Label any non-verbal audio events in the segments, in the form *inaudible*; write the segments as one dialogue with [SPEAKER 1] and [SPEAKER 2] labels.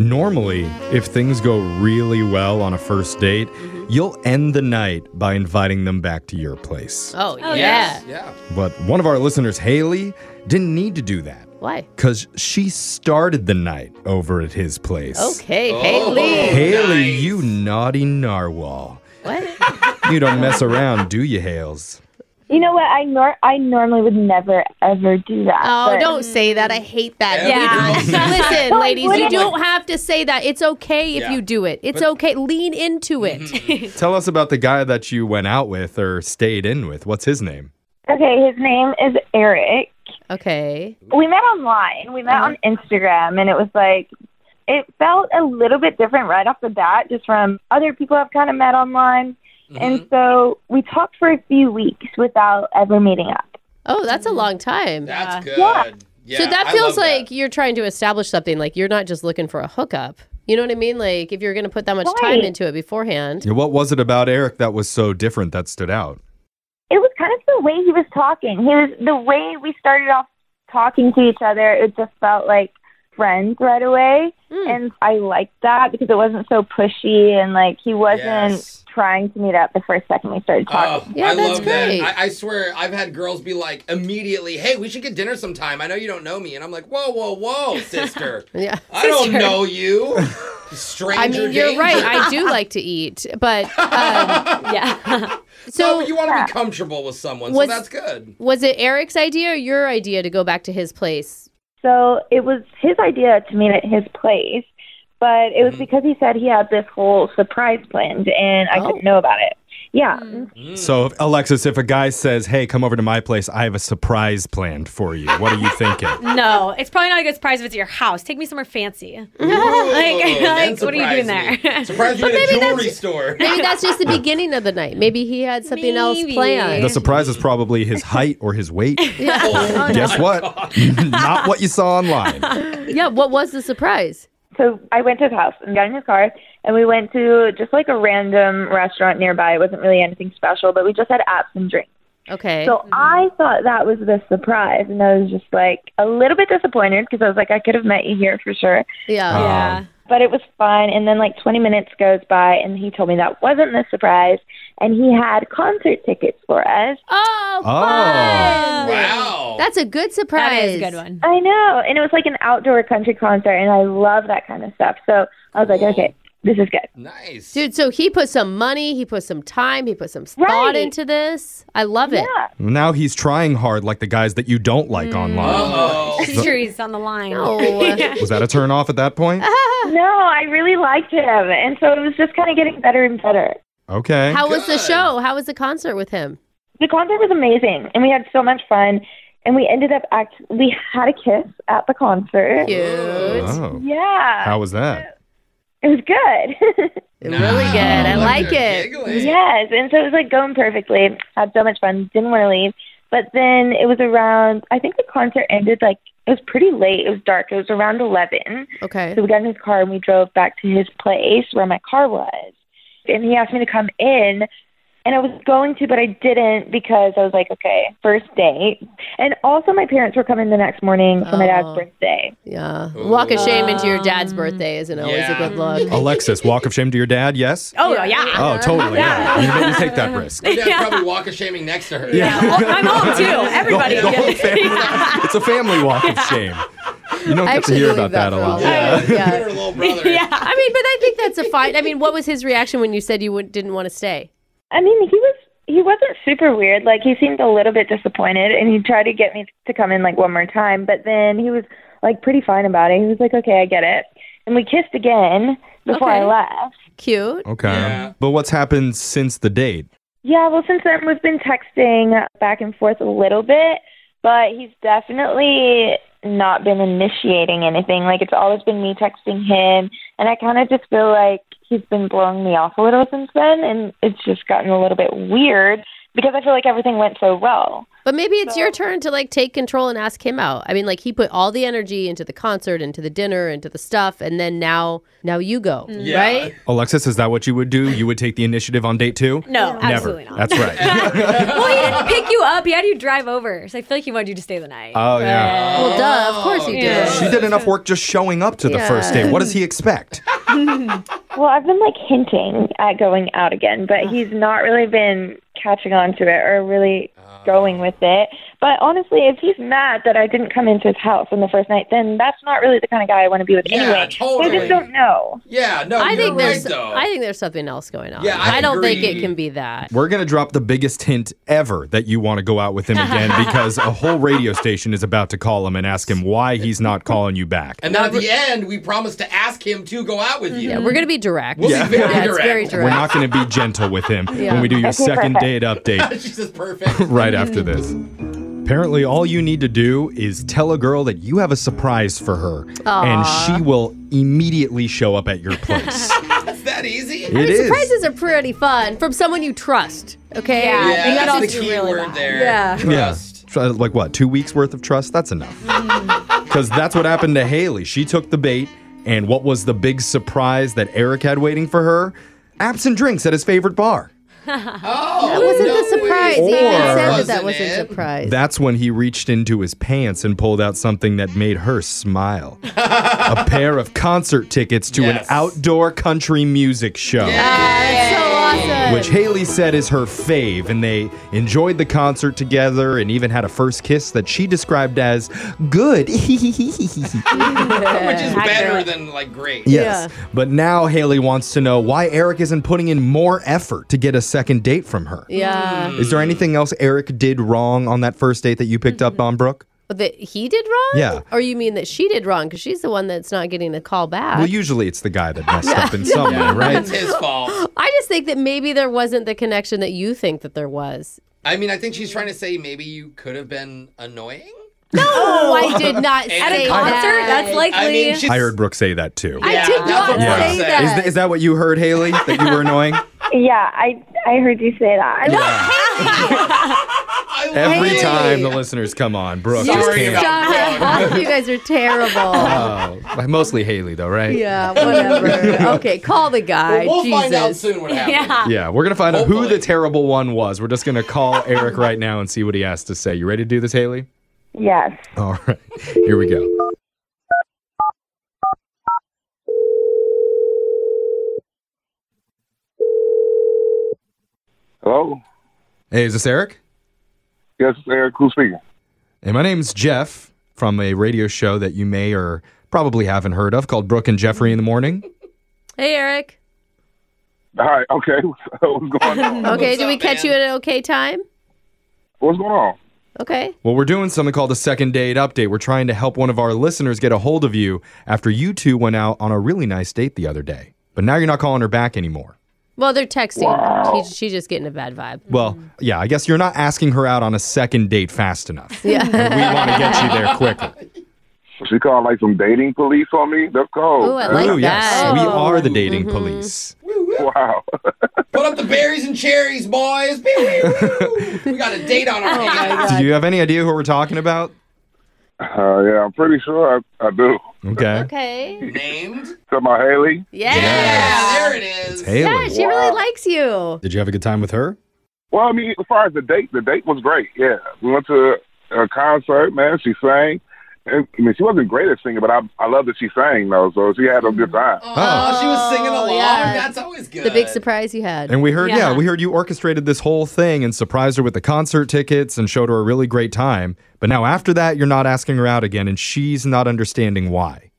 [SPEAKER 1] Normally, if things go really well on a first date,
[SPEAKER 2] Mm-hmm.
[SPEAKER 1] you'll end the night by inviting them back to your place.
[SPEAKER 2] Oh, yeah.
[SPEAKER 3] yes.
[SPEAKER 4] Yeah.
[SPEAKER 1] But one of our listeners, Haley, didn't need to do that
[SPEAKER 2] Why?
[SPEAKER 1] because she started the night over at his place.
[SPEAKER 2] Okay,
[SPEAKER 4] Oh.
[SPEAKER 2] Haley.
[SPEAKER 1] Haley, you naughty narwhal.
[SPEAKER 2] What?
[SPEAKER 1] You don't mess around, do you,
[SPEAKER 2] *laughs*
[SPEAKER 1] Hales?
[SPEAKER 5] You know what? I nor- I normally would never ever do that.
[SPEAKER 2] Oh,
[SPEAKER 5] but-
[SPEAKER 2] don't say that. I hate that.
[SPEAKER 3] Yeah.
[SPEAKER 2] We- Listen,
[SPEAKER 5] Don't
[SPEAKER 2] ladies,
[SPEAKER 5] put
[SPEAKER 2] you
[SPEAKER 5] it-
[SPEAKER 2] don't have to say that. It's okay if
[SPEAKER 4] Yeah.
[SPEAKER 2] you do it. It's
[SPEAKER 4] But- Mm-hmm.
[SPEAKER 2] okay. Lean into it.
[SPEAKER 1] Tell us about the guy that you went out with or stayed in with. What's his name?
[SPEAKER 5] Okay, his name is Eric.
[SPEAKER 2] *laughs* Okay.
[SPEAKER 5] We met online. We met on
[SPEAKER 2] Uh-huh.
[SPEAKER 5] Instagram, and it was like it felt a little bit different right off the bat, just from other people I've kind of met online.
[SPEAKER 2] Mm-hmm.
[SPEAKER 5] And so we talked for a few weeks without ever meeting up.
[SPEAKER 2] Oh, that's a long time.
[SPEAKER 4] That's good.
[SPEAKER 5] Yeah.
[SPEAKER 4] Yeah,
[SPEAKER 2] so that
[SPEAKER 4] I
[SPEAKER 2] feels
[SPEAKER 4] love that.
[SPEAKER 2] like you're trying to establish something. Like you're not just looking for a hookup. You know what I mean? Like if you're going to put that much time
[SPEAKER 5] Right.
[SPEAKER 2] into it beforehand.
[SPEAKER 1] Yeah, What was it about Eric that was so different that stood out?
[SPEAKER 5] It was kind of the way he was talking. He was the way we started off talking to each other. It just felt like friends right away,
[SPEAKER 4] Hmm.
[SPEAKER 2] Mm.
[SPEAKER 5] and I liked that because it wasn't so pushy and like he wasn't
[SPEAKER 4] Yes.
[SPEAKER 5] trying to meet up the first second we started talking.
[SPEAKER 4] Oh,
[SPEAKER 2] Yeah,
[SPEAKER 4] I
[SPEAKER 2] that's
[SPEAKER 4] love
[SPEAKER 2] great.
[SPEAKER 4] that. I, I swear, I've had girls be like immediately, "Hey, we should get dinner sometime." I know you don't know me, and I'm like, "Whoa, whoa, whoa,
[SPEAKER 2] *laughs*
[SPEAKER 4] sister!
[SPEAKER 2] Yeah.
[SPEAKER 4] I don't
[SPEAKER 3] Sister.
[SPEAKER 2] *laughs*
[SPEAKER 4] know you, stranger."
[SPEAKER 2] I mean, you're
[SPEAKER 4] danger." *laughs*
[SPEAKER 2] right. I do like to eat, but um,
[SPEAKER 3] Yeah.
[SPEAKER 4] No,
[SPEAKER 2] so
[SPEAKER 4] but you want to be comfortable with someone,
[SPEAKER 2] Was-
[SPEAKER 4] so
[SPEAKER 2] *laughs*
[SPEAKER 4] that's good.
[SPEAKER 2] was it Eric's idea or your idea to go back to his place?
[SPEAKER 5] So it was his idea to meet at his place, but it was
[SPEAKER 4] Hmm.
[SPEAKER 5] because he said he had this whole surprise planned and I
[SPEAKER 2] Oh.
[SPEAKER 5] didn't know about it. Yeah.
[SPEAKER 4] Hmm.
[SPEAKER 1] So, if, Alexis, if a guy says, "Hey, come over to my place. I have a surprise planned for you," what are you thinking?
[SPEAKER 3] No, it's probably not a good surprise if it's at your house. Take me somewhere fancy. *laughs*
[SPEAKER 4] Ooh, Oh,
[SPEAKER 3] like,
[SPEAKER 4] that
[SPEAKER 3] what are you doing
[SPEAKER 4] surprised
[SPEAKER 2] *laughs*
[SPEAKER 4] me.
[SPEAKER 3] there?
[SPEAKER 4] Surprised you at a jewelry store.
[SPEAKER 2] Maybe
[SPEAKER 1] *laughs*
[SPEAKER 2] that's just the beginning of the night. Maybe he had something else
[SPEAKER 3] Maybe.
[SPEAKER 2] planned.
[SPEAKER 1] the
[SPEAKER 2] *laughs*
[SPEAKER 1] surprise is probably his height or his *laughs* weight.
[SPEAKER 4] Oh,
[SPEAKER 1] Guess
[SPEAKER 4] my
[SPEAKER 1] what?
[SPEAKER 4] God.
[SPEAKER 1] *laughs* Not what you saw online. *laughs*
[SPEAKER 2] yeah, what was the surprise?
[SPEAKER 5] So I went to his house and got in his car and we went to just like a random restaurant nearby. It wasn't really anything special, but we just had apps and drinks.
[SPEAKER 2] Okay.
[SPEAKER 5] So I thought that was the surprise and I was just like a little bit disappointed because I was like, I could have met you here for sure.
[SPEAKER 2] yeah.
[SPEAKER 3] *laughs* yeah.
[SPEAKER 5] but it was fun. And then like 20 minutes goes by, and he told me that wasn't the surprise, and he had concert tickets for us.
[SPEAKER 2] oh,
[SPEAKER 1] Oh.
[SPEAKER 2] fun.
[SPEAKER 4] Wow.
[SPEAKER 2] That's a good surprise.
[SPEAKER 3] That is a good one.
[SPEAKER 5] I know, and it was like an outdoor country concert, and I love that kind of stuff. So I was like, okay, this is good.
[SPEAKER 4] nice.
[SPEAKER 2] Dude, so he put some money, he put some time, he put some thought
[SPEAKER 5] Right.
[SPEAKER 2] into this. I love it. *laughs*
[SPEAKER 5] Yeah,
[SPEAKER 1] Now he's trying hard, like the guys that you don't like online.
[SPEAKER 4] Oh,
[SPEAKER 3] Injuries on the line.
[SPEAKER 2] No.
[SPEAKER 1] Was that a turn off at that point?
[SPEAKER 5] no, I really liked him, and so it was just kind of getting better and better.
[SPEAKER 1] Okay.
[SPEAKER 2] How was the
[SPEAKER 4] Good.
[SPEAKER 2] show? How was the concert with him?
[SPEAKER 5] The concert was amazing, and we had so much fun. And we ended up act. We had a kiss at the concert.
[SPEAKER 2] Cute.
[SPEAKER 1] Oh.
[SPEAKER 5] Yeah,
[SPEAKER 1] How was that?
[SPEAKER 5] it was good. *laughs*
[SPEAKER 2] Really good. I like it.
[SPEAKER 4] Giggling.
[SPEAKER 5] Yes, and so it was like going perfectly. Had so much fun. Didn't want to leave, but then it was around. I think the concert ended like it was pretty late. It was dark. It was around eleven.
[SPEAKER 2] Okay.
[SPEAKER 5] So we got in his car and we drove back to his place where my car was, and he asked me to come in. And I was going to, but I didn't because I was like, okay, first date. And also, my parents were coming the next morning for my
[SPEAKER 2] Oh.
[SPEAKER 5] dad's birthday.
[SPEAKER 2] Yeah.
[SPEAKER 1] Oh,
[SPEAKER 4] Ooh.
[SPEAKER 2] Walk of shame into your dad's birthday isn't always
[SPEAKER 4] Yeah.
[SPEAKER 2] a good
[SPEAKER 1] *laughs*
[SPEAKER 2] look.
[SPEAKER 1] Alexis, walk of shame to your dad? Yes.
[SPEAKER 3] Oh, yeah. yeah.
[SPEAKER 1] Oh, totally. Yeah. You didn't take *laughs* that risk.
[SPEAKER 4] Your dad probably walk of shaming next to *laughs* her.
[SPEAKER 3] Oh, my mom, too. Everybody.
[SPEAKER 1] The, whole- the whole family. It's a family walk of shame. You don't get
[SPEAKER 2] I
[SPEAKER 1] to
[SPEAKER 2] actually
[SPEAKER 1] hear
[SPEAKER 2] believe
[SPEAKER 1] about
[SPEAKER 2] that
[SPEAKER 1] that, a
[SPEAKER 2] for
[SPEAKER 1] lot.
[SPEAKER 2] all of Yeah. *laughs*
[SPEAKER 4] Yeah.
[SPEAKER 2] Yeah.
[SPEAKER 4] Her little brother.
[SPEAKER 3] *laughs* yeah.
[SPEAKER 2] I mean, but I think that's a fine. I mean, what was his reaction when you said you wouldn't, didn't want to stay?
[SPEAKER 5] I mean, he was he wasn't super weird. Like he seemed a little bit disappointed, and he tried to get me to come in like one more time. But then he was like pretty fine about it. He was like, "Okay, I get it." And we kissed again before
[SPEAKER 2] Okay.
[SPEAKER 5] I left.
[SPEAKER 2] Cute.
[SPEAKER 1] Okay.
[SPEAKER 4] Yeah.
[SPEAKER 1] But what's happened since the date?
[SPEAKER 5] Yeah, well, since then we've been texting back and forth a little bit, but he's definitely not been initiating anything. Like it's always been me texting him, and I kind of just feel like he's been blowing me off a little since then, and it's just gotten a little bit weird. because I feel like everything went so well.
[SPEAKER 2] But maybe it's your turn to like take control and ask him out. I mean, like he put all the energy into the concert, into the dinner, into the stuff, and then now, now you go,
[SPEAKER 4] Yeah.
[SPEAKER 2] right?
[SPEAKER 1] Alexis, is that what you would do? You would take the initiative on date two?
[SPEAKER 3] No, Mm, absolutely
[SPEAKER 1] Never.
[SPEAKER 3] not.
[SPEAKER 1] That's right. *laughs*
[SPEAKER 3] well, he didn't pick you up. He had you drive over. So I feel like he wanted you to stay the night.
[SPEAKER 1] oh yeah.
[SPEAKER 2] Well, duh,
[SPEAKER 4] Oh.
[SPEAKER 2] of course you did.
[SPEAKER 3] Yeah.
[SPEAKER 1] She did enough work just showing up to the
[SPEAKER 2] Yeah.
[SPEAKER 1] first date. What does he expect?
[SPEAKER 5] Well, I've been like hinting at going out again,
[SPEAKER 4] Ah.
[SPEAKER 5] but he's not really been catching on to it or really
[SPEAKER 4] Ah.
[SPEAKER 5] going with it. But honestly, if he's mad that I didn't come into his house on the first night, then that's not really the kind of guy I want to be with
[SPEAKER 4] Yeah,
[SPEAKER 5] anyway. So I
[SPEAKER 4] totally.
[SPEAKER 5] just don't know.
[SPEAKER 4] Yeah, no,
[SPEAKER 2] I
[SPEAKER 4] you're
[SPEAKER 2] think
[SPEAKER 4] right
[SPEAKER 2] there's,
[SPEAKER 4] though.
[SPEAKER 2] I think there's something else going on.
[SPEAKER 4] Yeah, I
[SPEAKER 2] don't think
[SPEAKER 4] agree.
[SPEAKER 2] it can be that.
[SPEAKER 1] We're going to drop the biggest hint ever that you want to go out with him again because a whole radio station is about to call him and ask him why he's not calling you back.
[SPEAKER 4] and then at the end, we promised to ask him to go out with you.
[SPEAKER 2] Yeah, we're gonna be direct.
[SPEAKER 4] We'll be
[SPEAKER 2] yeah.
[SPEAKER 4] very
[SPEAKER 2] Yeah, it's
[SPEAKER 4] direct.
[SPEAKER 2] very
[SPEAKER 1] We're
[SPEAKER 2] direct.
[SPEAKER 1] not going to be gentle with him
[SPEAKER 2] Yeah.
[SPEAKER 1] when we do your
[SPEAKER 5] Okay,
[SPEAKER 1] second
[SPEAKER 5] perfect.
[SPEAKER 1] date update.
[SPEAKER 4] *laughs* She's
[SPEAKER 2] *laughs*
[SPEAKER 4] just perfect.
[SPEAKER 1] *laughs* right after this. Apparently, all you need to do is tell a girl that you have a surprise for her, and she will immediately show up at your place.
[SPEAKER 4] Is that easy?
[SPEAKER 1] It is.
[SPEAKER 2] Surprises are pretty fun from someone you trust. Okay,
[SPEAKER 3] Yeah.
[SPEAKER 4] Yeah,
[SPEAKER 2] And you
[SPEAKER 4] that's
[SPEAKER 2] don't-
[SPEAKER 4] the
[SPEAKER 3] do
[SPEAKER 4] key
[SPEAKER 3] really
[SPEAKER 4] word
[SPEAKER 3] that.
[SPEAKER 4] there.
[SPEAKER 3] Yeah.
[SPEAKER 1] Yeah.
[SPEAKER 4] Trust.
[SPEAKER 1] Try- Like what? Two weeks worth of trust? That's enough. Because that's what happened to Haley. She took the bait, and what was the big surprise that Eric had waiting for her? Apps and drinks at his favorite bar.
[SPEAKER 4] Oh,
[SPEAKER 2] that wasn't
[SPEAKER 4] no
[SPEAKER 2] the surprise.
[SPEAKER 4] way.
[SPEAKER 2] He even
[SPEAKER 1] Or-
[SPEAKER 2] said that that
[SPEAKER 4] Wasn't
[SPEAKER 2] wasn't
[SPEAKER 4] it?
[SPEAKER 2] surprise.
[SPEAKER 1] That's when he reached into his pants and pulled out something that made her smile
[SPEAKER 2] *laughs*
[SPEAKER 1] a pair of concert tickets to an
[SPEAKER 4] Yes.
[SPEAKER 1] outdoor country music show.
[SPEAKER 2] That's so awesome.
[SPEAKER 1] Which Haley said is her fave, and they enjoyed the concert together and even had a first kiss that she described as good. *laughs* yes.
[SPEAKER 4] Oh, Which is
[SPEAKER 3] I
[SPEAKER 4] better
[SPEAKER 3] agree.
[SPEAKER 4] than like great. *laughs*
[SPEAKER 2] Yeah.
[SPEAKER 1] But now Haley wants to know why Eric isn't putting in more effort to get a second date from her.
[SPEAKER 2] yeah,
[SPEAKER 1] Is there anything else Eric did wrong on that first date that you picked
[SPEAKER 2] Mm-hmm.
[SPEAKER 1] up on, Brooke?
[SPEAKER 2] but that he did wrong.
[SPEAKER 1] Yeah.
[SPEAKER 2] or you mean that she did wrong because she's the one that's not getting the call back.
[SPEAKER 1] Well, usually it's the guy that messed up in some way, right?
[SPEAKER 4] *laughs* It's his fault.
[SPEAKER 2] I just think that maybe there wasn't the connection that you think that there was.
[SPEAKER 4] I mean, I think she's trying to say maybe you could have been annoying.
[SPEAKER 2] Oh, I did not
[SPEAKER 4] At a
[SPEAKER 2] say
[SPEAKER 4] concert?
[SPEAKER 2] that.
[SPEAKER 3] That's likely.
[SPEAKER 4] I
[SPEAKER 3] *laughs*
[SPEAKER 4] mean, she's,
[SPEAKER 1] I heard Brooke say that too.
[SPEAKER 2] I
[SPEAKER 4] Yeah,
[SPEAKER 2] did
[SPEAKER 4] that's
[SPEAKER 2] not
[SPEAKER 4] what
[SPEAKER 1] Brooke
[SPEAKER 2] say
[SPEAKER 4] said.
[SPEAKER 2] that.
[SPEAKER 1] Is, th- is that what you heard, Haley? That you were annoying?
[SPEAKER 5] Yeah, I I heard you say that. I
[SPEAKER 4] I
[SPEAKER 1] Every
[SPEAKER 4] really-
[SPEAKER 1] time the listeners come on, Brooke
[SPEAKER 4] Sorry
[SPEAKER 1] just
[SPEAKER 4] about
[SPEAKER 1] can't.
[SPEAKER 2] Stop it. you guys are terrible.
[SPEAKER 1] Oh, mostly Haley, though, right?
[SPEAKER 2] yeah,
[SPEAKER 1] *laughs*
[SPEAKER 2] whatever. Okay, call the guy.
[SPEAKER 4] Well, we'll
[SPEAKER 2] Jesus.
[SPEAKER 4] find out soon
[SPEAKER 2] *laughs*
[SPEAKER 4] what happened.
[SPEAKER 3] yeah.
[SPEAKER 1] Yeah, we're gonna find out who
[SPEAKER 4] Hopefully.
[SPEAKER 1] the terrible one was. We're just gonna call Eric right now and see what he has to say. You ready to do this, Haley?
[SPEAKER 5] yes.
[SPEAKER 1] *laughs* All right, here we go.
[SPEAKER 6] Hello?
[SPEAKER 1] Hey, is this Eric?
[SPEAKER 6] Yes, it's Eric. Who's speaking?
[SPEAKER 1] Hey, my name's Jeff from a radio show that you may or probably haven't heard of called Brooke and Jeffrey in the Morning.
[SPEAKER 2] Hey, Eric.
[SPEAKER 6] All right. Okay. *laughs* What's
[SPEAKER 2] *laughs*
[SPEAKER 6] going on?
[SPEAKER 2] Okay,
[SPEAKER 4] What's
[SPEAKER 2] did we
[SPEAKER 4] up,
[SPEAKER 2] catch
[SPEAKER 4] man?
[SPEAKER 2] you at an okay time?
[SPEAKER 6] What's going on?
[SPEAKER 2] Okay.
[SPEAKER 1] Well, we're doing something called the second date update. We're trying to help one of our listeners get a hold of you after you two went out on a really nice date the other day. But now you're not calling her back anymore.
[SPEAKER 2] Well, they're texting. She's, she's just getting a bad vibe.
[SPEAKER 1] Well, yeah, I guess you're not asking her out on a second date fast enough.
[SPEAKER 2] Yeah.
[SPEAKER 1] *laughs*
[SPEAKER 2] *laughs*
[SPEAKER 1] And we want to get you there quicker.
[SPEAKER 6] She called like some dating police on me. That's cold.
[SPEAKER 2] Ooh, Oh, I like
[SPEAKER 1] Ooh, yes,
[SPEAKER 2] that. Oh. Mm-hmm.
[SPEAKER 1] we are the dating police.
[SPEAKER 6] wow. *laughs*
[SPEAKER 4] Put up the berries and cherries, boys. Pew, pew, pew. we got a date on our
[SPEAKER 2] Oh,
[SPEAKER 4] hands.
[SPEAKER 1] Do you have any idea who we're talking about?
[SPEAKER 6] Uh, yeah, I'm pretty sure I, I do.
[SPEAKER 1] Okay.
[SPEAKER 2] Okay.
[SPEAKER 4] Named.
[SPEAKER 6] So my Haley.
[SPEAKER 2] Yeah.
[SPEAKER 4] Yeah, there it is.
[SPEAKER 2] Yeah,
[SPEAKER 1] Haley.
[SPEAKER 2] she really likes you.
[SPEAKER 1] Did you have a good time with her?
[SPEAKER 6] Well, I mean, as far as the date, the date was great. Yeah, we went to a concert. Man, she sang. And, I mean, she wasn't great at singing, but I I love that she sang though. So she had a good time.
[SPEAKER 4] Oh, she was singing along.
[SPEAKER 2] Oh, yeah.
[SPEAKER 4] That's always good.
[SPEAKER 2] The big surprise you had.
[SPEAKER 1] And we heard, yeah.
[SPEAKER 3] Yeah.
[SPEAKER 1] we heard you orchestrated this whole thing and surprised her with the concert tickets and showed her a really great time. But now after that, you're not asking her out again, and she's not understanding why.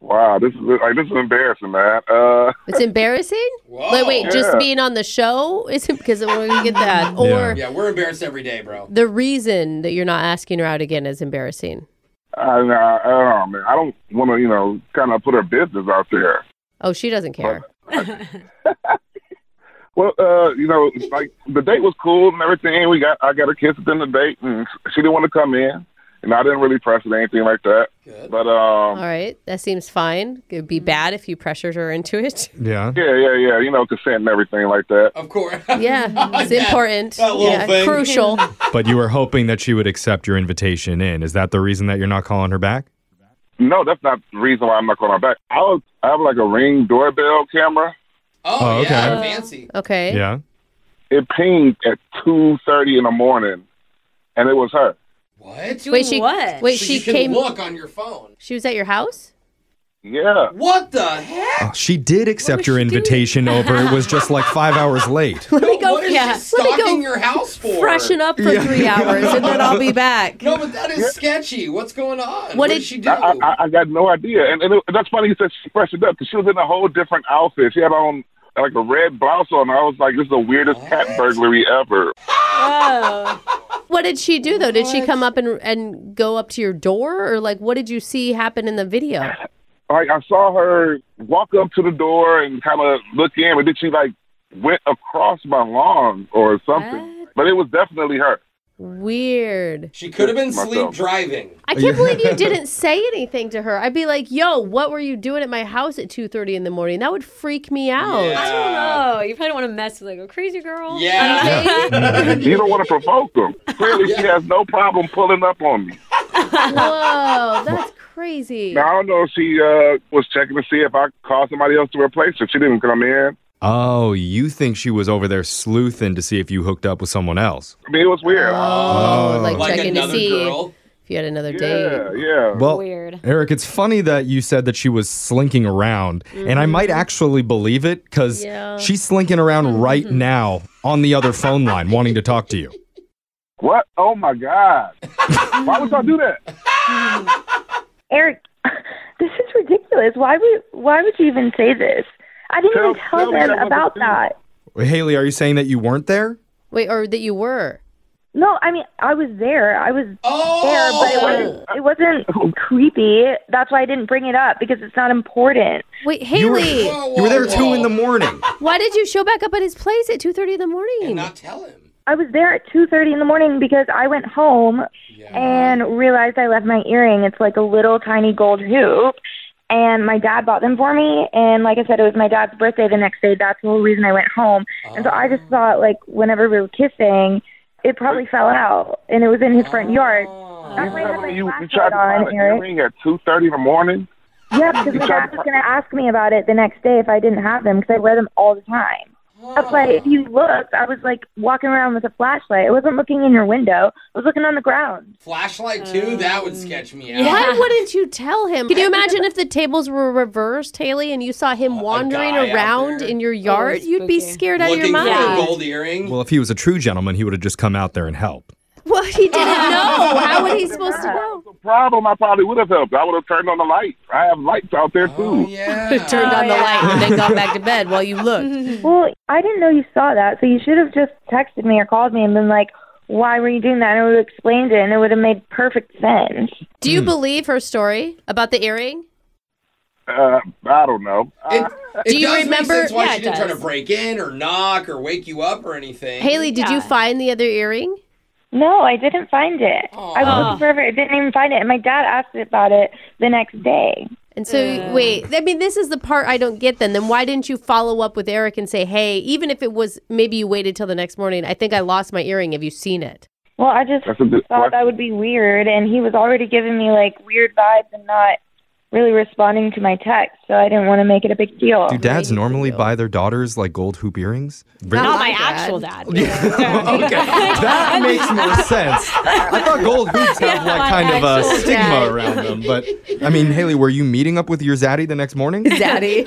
[SPEAKER 6] Wow, this is like this is embarrassing, man. Uh,
[SPEAKER 2] It's embarrassing.
[SPEAKER 4] Whoa.
[SPEAKER 2] Like, wait, just
[SPEAKER 6] Yeah.
[SPEAKER 2] being on the show isn't *laughs* because we're gonna get that, or
[SPEAKER 4] Yeah, we're embarrassed every day, bro.
[SPEAKER 2] the reason that you're not asking her out again is embarrassing.
[SPEAKER 6] I, I, I don't know, man. I don't want to, you know, kind of put her business out there.
[SPEAKER 2] Oh, she doesn't care.
[SPEAKER 6] Well, uh, you know, like the date was cool and everything. We got I got a kiss at the end of the date, and she didn't want to come in. and I didn't really press it or anything like that. But
[SPEAKER 2] All
[SPEAKER 6] um,
[SPEAKER 2] right, that seems fine. It'd be bad if you pressured her into it.
[SPEAKER 1] Yeah.
[SPEAKER 6] yeah, yeah, yeah, you know, consent and everything like that.
[SPEAKER 4] Of course.
[SPEAKER 2] *laughs*
[SPEAKER 4] *laughs*
[SPEAKER 2] Yeah, *laughs* it's
[SPEAKER 4] That-
[SPEAKER 2] important.
[SPEAKER 4] that little
[SPEAKER 2] yeah,
[SPEAKER 4] thing.
[SPEAKER 2] *laughs* crucial.
[SPEAKER 1] But you were hoping that she would accept your invitation in. Is that the reason that you're not calling her back?
[SPEAKER 6] No, that's not the reason why I'm not calling her back. I was, I have like a ring doorbell camera.
[SPEAKER 4] Oh,
[SPEAKER 1] Oh,
[SPEAKER 4] yeah,
[SPEAKER 2] okay.
[SPEAKER 4] fancy.
[SPEAKER 2] Okay.
[SPEAKER 1] Yeah.
[SPEAKER 6] It pinged at two thirty in the morning, and it was her.
[SPEAKER 4] What?
[SPEAKER 3] Doing
[SPEAKER 2] Wait, she
[SPEAKER 3] what?
[SPEAKER 2] wait,
[SPEAKER 4] So
[SPEAKER 2] she
[SPEAKER 4] you can
[SPEAKER 2] came.
[SPEAKER 4] look on your phone.
[SPEAKER 2] She was at your house.
[SPEAKER 6] Yeah,
[SPEAKER 4] What the heck?
[SPEAKER 1] Oh, she did accept your invitation over. It was just like five hours *laughs* late.
[SPEAKER 2] Let me go.
[SPEAKER 4] What is
[SPEAKER 2] yeah,
[SPEAKER 4] she
[SPEAKER 2] let me
[SPEAKER 4] stalking
[SPEAKER 2] go.
[SPEAKER 4] your house for?
[SPEAKER 2] Freshen up for three hours, and then I'll be back.
[SPEAKER 4] No, but that is sketchy. What's going on? What,
[SPEAKER 2] did-
[SPEAKER 4] did she do?
[SPEAKER 6] I, I, I- I got no idea, and, and it, that's funny. You said she freshened up 'cause she was in a whole different outfit. She had on like a red blouse on. I was like, this is the weirdest cat burglary ever.
[SPEAKER 3] Oh.
[SPEAKER 2] What did she do though? Did she come up and and go up to your door, or like what did you see happen in the video?
[SPEAKER 6] Like I saw her walk up to the door and kind of look in, but then she like went across my lawn or something. But it was definitely her.
[SPEAKER 2] Weird.
[SPEAKER 4] she could have been sleep
[SPEAKER 6] Myself.
[SPEAKER 4] driving.
[SPEAKER 2] I can't believe you didn't say anything to her. I'd be like, "Yo, what were you doing at my house at 2:30 in the morning?" That would freak me out.
[SPEAKER 3] I *laughs*
[SPEAKER 4] Yeah.
[SPEAKER 3] don't know. You probably don't want to mess with like a crazy girl.
[SPEAKER 4] Yeah.
[SPEAKER 6] you don't want to provoke them. Clearly, she has no problem pulling up on me.
[SPEAKER 2] Whoa, that's
[SPEAKER 6] *laughs*
[SPEAKER 2] crazy.
[SPEAKER 6] Now I don't know if she uh, was checking to see if I called somebody else to replace her. She didn't come in.
[SPEAKER 1] Oh, you think she was over there sleuthing to see if you hooked up with someone else?
[SPEAKER 6] I mean, it was weird.
[SPEAKER 2] Oh, like,
[SPEAKER 4] Like
[SPEAKER 2] checking to
[SPEAKER 4] another
[SPEAKER 2] see
[SPEAKER 4] girl.
[SPEAKER 2] if you had another
[SPEAKER 6] yeah,
[SPEAKER 2] date.
[SPEAKER 6] yeah.
[SPEAKER 1] Well,
[SPEAKER 3] Weird.
[SPEAKER 1] Eric, it's funny that you said that she was slinking around, and I might
[SPEAKER 3] Mm-hmm.
[SPEAKER 1] actually believe it because
[SPEAKER 2] Yeah.
[SPEAKER 1] she's slinking around right now on the other phone line wanting to talk to you.
[SPEAKER 6] what? Oh my God! Why would y'all do that?
[SPEAKER 5] Eric, *laughs* this is ridiculous. Why would why would you even say this? I didn't
[SPEAKER 6] Tell-
[SPEAKER 5] even tell
[SPEAKER 6] tell me
[SPEAKER 5] them
[SPEAKER 6] that
[SPEAKER 5] about
[SPEAKER 6] number two.
[SPEAKER 5] that.
[SPEAKER 1] Haley, are you saying that you weren't there?
[SPEAKER 2] Wait, or that you were.
[SPEAKER 5] No, I mean I was there. I was there, but it
[SPEAKER 4] Oh,
[SPEAKER 5] wasn't it wasn't creepy. That's why I didn't bring it up because it's not important.
[SPEAKER 2] Wait,
[SPEAKER 1] You were,
[SPEAKER 2] Haley,
[SPEAKER 4] Whoa,
[SPEAKER 1] you were there
[SPEAKER 4] whoa,
[SPEAKER 1] at two in
[SPEAKER 4] whoa.
[SPEAKER 1] the morning.
[SPEAKER 2] why did you show back up at his place at 2:30 in the morning?
[SPEAKER 4] and not tell him.
[SPEAKER 5] I was there at two thirty in the morning because I went home and realized I left my earring. It's like a little tiny gold hoop. And my dad bought them for me. And like I said, it was my dad's birthday the next day. That's the whole reason I went home. And so I just thought, like, whenever we were kissing, it probably fell out. And it was in his front yard. That's why I had my
[SPEAKER 6] You, you
[SPEAKER 5] flashlight
[SPEAKER 6] tried to find
[SPEAKER 5] on,
[SPEAKER 6] an
[SPEAKER 5] Eric.
[SPEAKER 6] earring at two thirty in the morning.
[SPEAKER 5] Yeah, because my
[SPEAKER 6] tried
[SPEAKER 5] dad
[SPEAKER 6] to
[SPEAKER 5] was going to ask me about it the next day if I didn't have them because I wear them all the time. That's why if you looked, I was like walking around with a flashlight. I wasn't looking in your window. I was looking on the ground.
[SPEAKER 4] Flashlight too? That
[SPEAKER 2] Um,
[SPEAKER 4] would sketch me out.
[SPEAKER 2] Why wouldn't you tell him? Can you imagine if the tables were reversed, Haley, and you saw
[SPEAKER 4] Oh,
[SPEAKER 2] him wandering
[SPEAKER 4] guy out
[SPEAKER 2] around
[SPEAKER 4] there.
[SPEAKER 2] in your yard?
[SPEAKER 3] that's
[SPEAKER 2] You'd be
[SPEAKER 3] spooky.
[SPEAKER 2] scared out of your
[SPEAKER 4] Looking
[SPEAKER 2] mind.
[SPEAKER 4] for a
[SPEAKER 3] Yeah.
[SPEAKER 4] gold earring.
[SPEAKER 1] Well, if he was a true gentleman, he would have just come out there and helped.
[SPEAKER 2] Well, he *laughs* didn't know. How was he *laughs* supposed to know?
[SPEAKER 6] The problem, I probably would have helped. I would have turned on the lights. I have lights out there too.
[SPEAKER 4] Oh, yeah.
[SPEAKER 2] *laughs* Turned on the light and then got *laughs* back to bed while you looked.
[SPEAKER 5] Well, I didn't know you saw that, so you should have just texted me or called me and been like, why were you doing that? And I would have explained it and it would have made perfect sense.
[SPEAKER 2] *laughs* Do you believe her story about the earring?
[SPEAKER 6] Uh, I don't know.
[SPEAKER 4] It, it
[SPEAKER 2] Do you
[SPEAKER 4] does
[SPEAKER 2] remember-
[SPEAKER 4] Make sense why
[SPEAKER 2] yeah,
[SPEAKER 4] she
[SPEAKER 2] it
[SPEAKER 4] didn't try
[SPEAKER 2] does.
[SPEAKER 4] to break in or knock or wake you up or anything? *laughs*
[SPEAKER 2] Haley, did you
[SPEAKER 3] Yeah.
[SPEAKER 2] find the other earring?
[SPEAKER 5] No, I didn't find it. I was looking forever. I didn't even find it. And my dad asked about it the next day.
[SPEAKER 2] And so, wait, I mean, this is the part I don't get then. Then why didn't you follow up with Eric and say, hey, even if it was maybe you waited till the next morning, I think I lost my earring. Have you seen it?
[SPEAKER 5] Well, I just
[SPEAKER 6] That's a good
[SPEAKER 5] thought
[SPEAKER 6] question.
[SPEAKER 5] that would be weird, and he was already giving me like weird vibes and not really responding to my text, so I didn't want to make it a big deal.
[SPEAKER 1] Do dads
[SPEAKER 2] Maybe
[SPEAKER 1] normally
[SPEAKER 2] you.
[SPEAKER 1] buy their daughters like gold hoop earrings? Really?
[SPEAKER 3] Not my
[SPEAKER 2] Dad.
[SPEAKER 3] actual dad.
[SPEAKER 1] okay, *laughs* that makes more sense. I thought gold hoops have like
[SPEAKER 3] *laughs* my
[SPEAKER 1] kind of a
[SPEAKER 3] actual
[SPEAKER 1] stigma
[SPEAKER 3] dad.
[SPEAKER 1] around them, but I mean, Haley, were you meeting up with your zaddy the next
[SPEAKER 3] *laughs*
[SPEAKER 1] morning?
[SPEAKER 2] Daddy.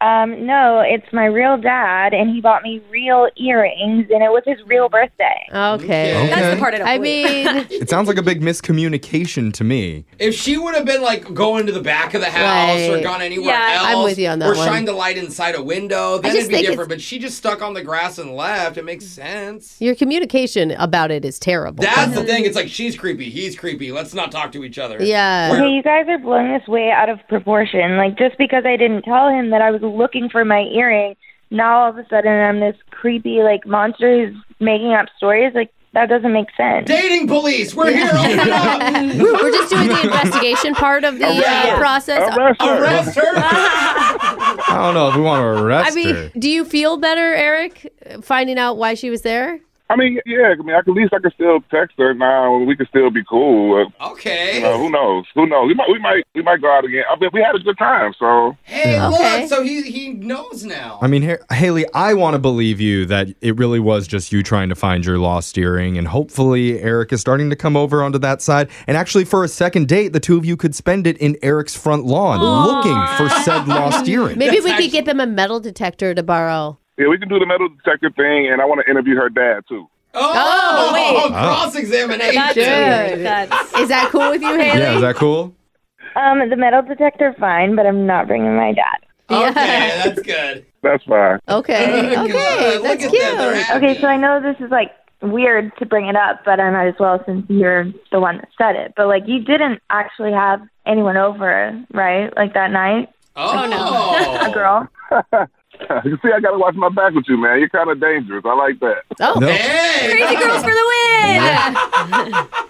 [SPEAKER 5] Um, no, it's my real dad, and he bought me real earrings, and it was his real birthday.
[SPEAKER 2] *laughs* Oh. Okay.
[SPEAKER 3] That's the
[SPEAKER 1] Okay.
[SPEAKER 3] part I don't
[SPEAKER 2] I
[SPEAKER 3] believe.
[SPEAKER 2] mean,
[SPEAKER 1] *laughs* It sounds like a big miscommunication to me.
[SPEAKER 4] If she would have been like going to the back of the house
[SPEAKER 2] Right.
[SPEAKER 4] or gone anywhere
[SPEAKER 3] Yeah.
[SPEAKER 4] else,
[SPEAKER 2] I'm with you on that
[SPEAKER 4] or
[SPEAKER 2] one.
[SPEAKER 4] shined the light inside a window, then
[SPEAKER 2] just
[SPEAKER 4] it'd be
[SPEAKER 2] think it's-
[SPEAKER 4] different. But she just stuck on the grass and left. It makes sense.
[SPEAKER 2] Your communication about it is terrible.
[SPEAKER 4] That's the thing. It's like she's creepy, he's creepy. Let's not talk to each other.
[SPEAKER 2] Yeah.
[SPEAKER 4] Where-
[SPEAKER 5] Okay, you guys are blowing this way out of proportion. Like, just because I didn't tell him that I was looking for my earring, now all of a sudden I'm this creepy, like, monster who's making up stories. Like, That doesn't make sense.
[SPEAKER 4] Dating police, we're here. Open it
[SPEAKER 2] *laughs*
[SPEAKER 4] up.
[SPEAKER 2] We're just doing the investigation part of the uh, process.
[SPEAKER 6] Arrest her.
[SPEAKER 2] *laughs*
[SPEAKER 4] Arrest her.
[SPEAKER 1] I don't know if we want to arrest
[SPEAKER 2] I mean,
[SPEAKER 1] her.
[SPEAKER 2] do you feel better, Eric, finding out why she was there?
[SPEAKER 6] I mean, yeah. I mean, I, at least I can still text her now, and we can still be cool. Uh, you know,
[SPEAKER 4] Okay.
[SPEAKER 6] who knows? Who knows? We might, we might, we might go out again. I mean, we had a good time, so
[SPEAKER 4] Hey,
[SPEAKER 2] Okay.
[SPEAKER 4] look. So he he knows now.
[SPEAKER 1] I mean, Ha- Haley, I want to believe you that it really was just you trying to find your lost earring, and hopefully Eric is starting to come over onto that side. And actually, for a second date, the two of you could spend it in Eric's front lawn looking for said lost
[SPEAKER 2] *laughs*
[SPEAKER 1] earring.
[SPEAKER 2] Maybe
[SPEAKER 4] That's
[SPEAKER 2] we
[SPEAKER 4] actually-
[SPEAKER 2] could get them a metal detector to borrow.
[SPEAKER 6] yeah, we can do the metal detector thing, and I want to interview her dad too.
[SPEAKER 4] Oh,
[SPEAKER 3] Oh, wait.
[SPEAKER 6] Ah.
[SPEAKER 4] cross
[SPEAKER 3] That's
[SPEAKER 4] examination.
[SPEAKER 2] Dude.
[SPEAKER 3] weird. That's
[SPEAKER 2] Is that cool with you, Haley?
[SPEAKER 1] Yeah, is that cool?
[SPEAKER 5] Um, the metal detector, fine, but I'm not bringing my dad.
[SPEAKER 4] Okay, that's good.
[SPEAKER 6] That's fine.
[SPEAKER 2] *laughs* Okay.
[SPEAKER 4] *laughs* Good.
[SPEAKER 2] Okay.
[SPEAKER 4] Look
[SPEAKER 2] That's
[SPEAKER 4] at them. They're
[SPEAKER 2] cute.
[SPEAKER 4] happy.
[SPEAKER 5] Okay, so I know this is like weird to bring it up, but I might as well since you're the one that said it. But like, you didn't actually have anyone over, right? Like that night,
[SPEAKER 4] Oh, no.
[SPEAKER 5] a girl. Oh.
[SPEAKER 6] you *laughs* see, I gotta watch my back with you, man. You're kind of dangerous. I like that.
[SPEAKER 2] Oh.
[SPEAKER 1] No.
[SPEAKER 4] Hey.
[SPEAKER 3] crazy girls for the win.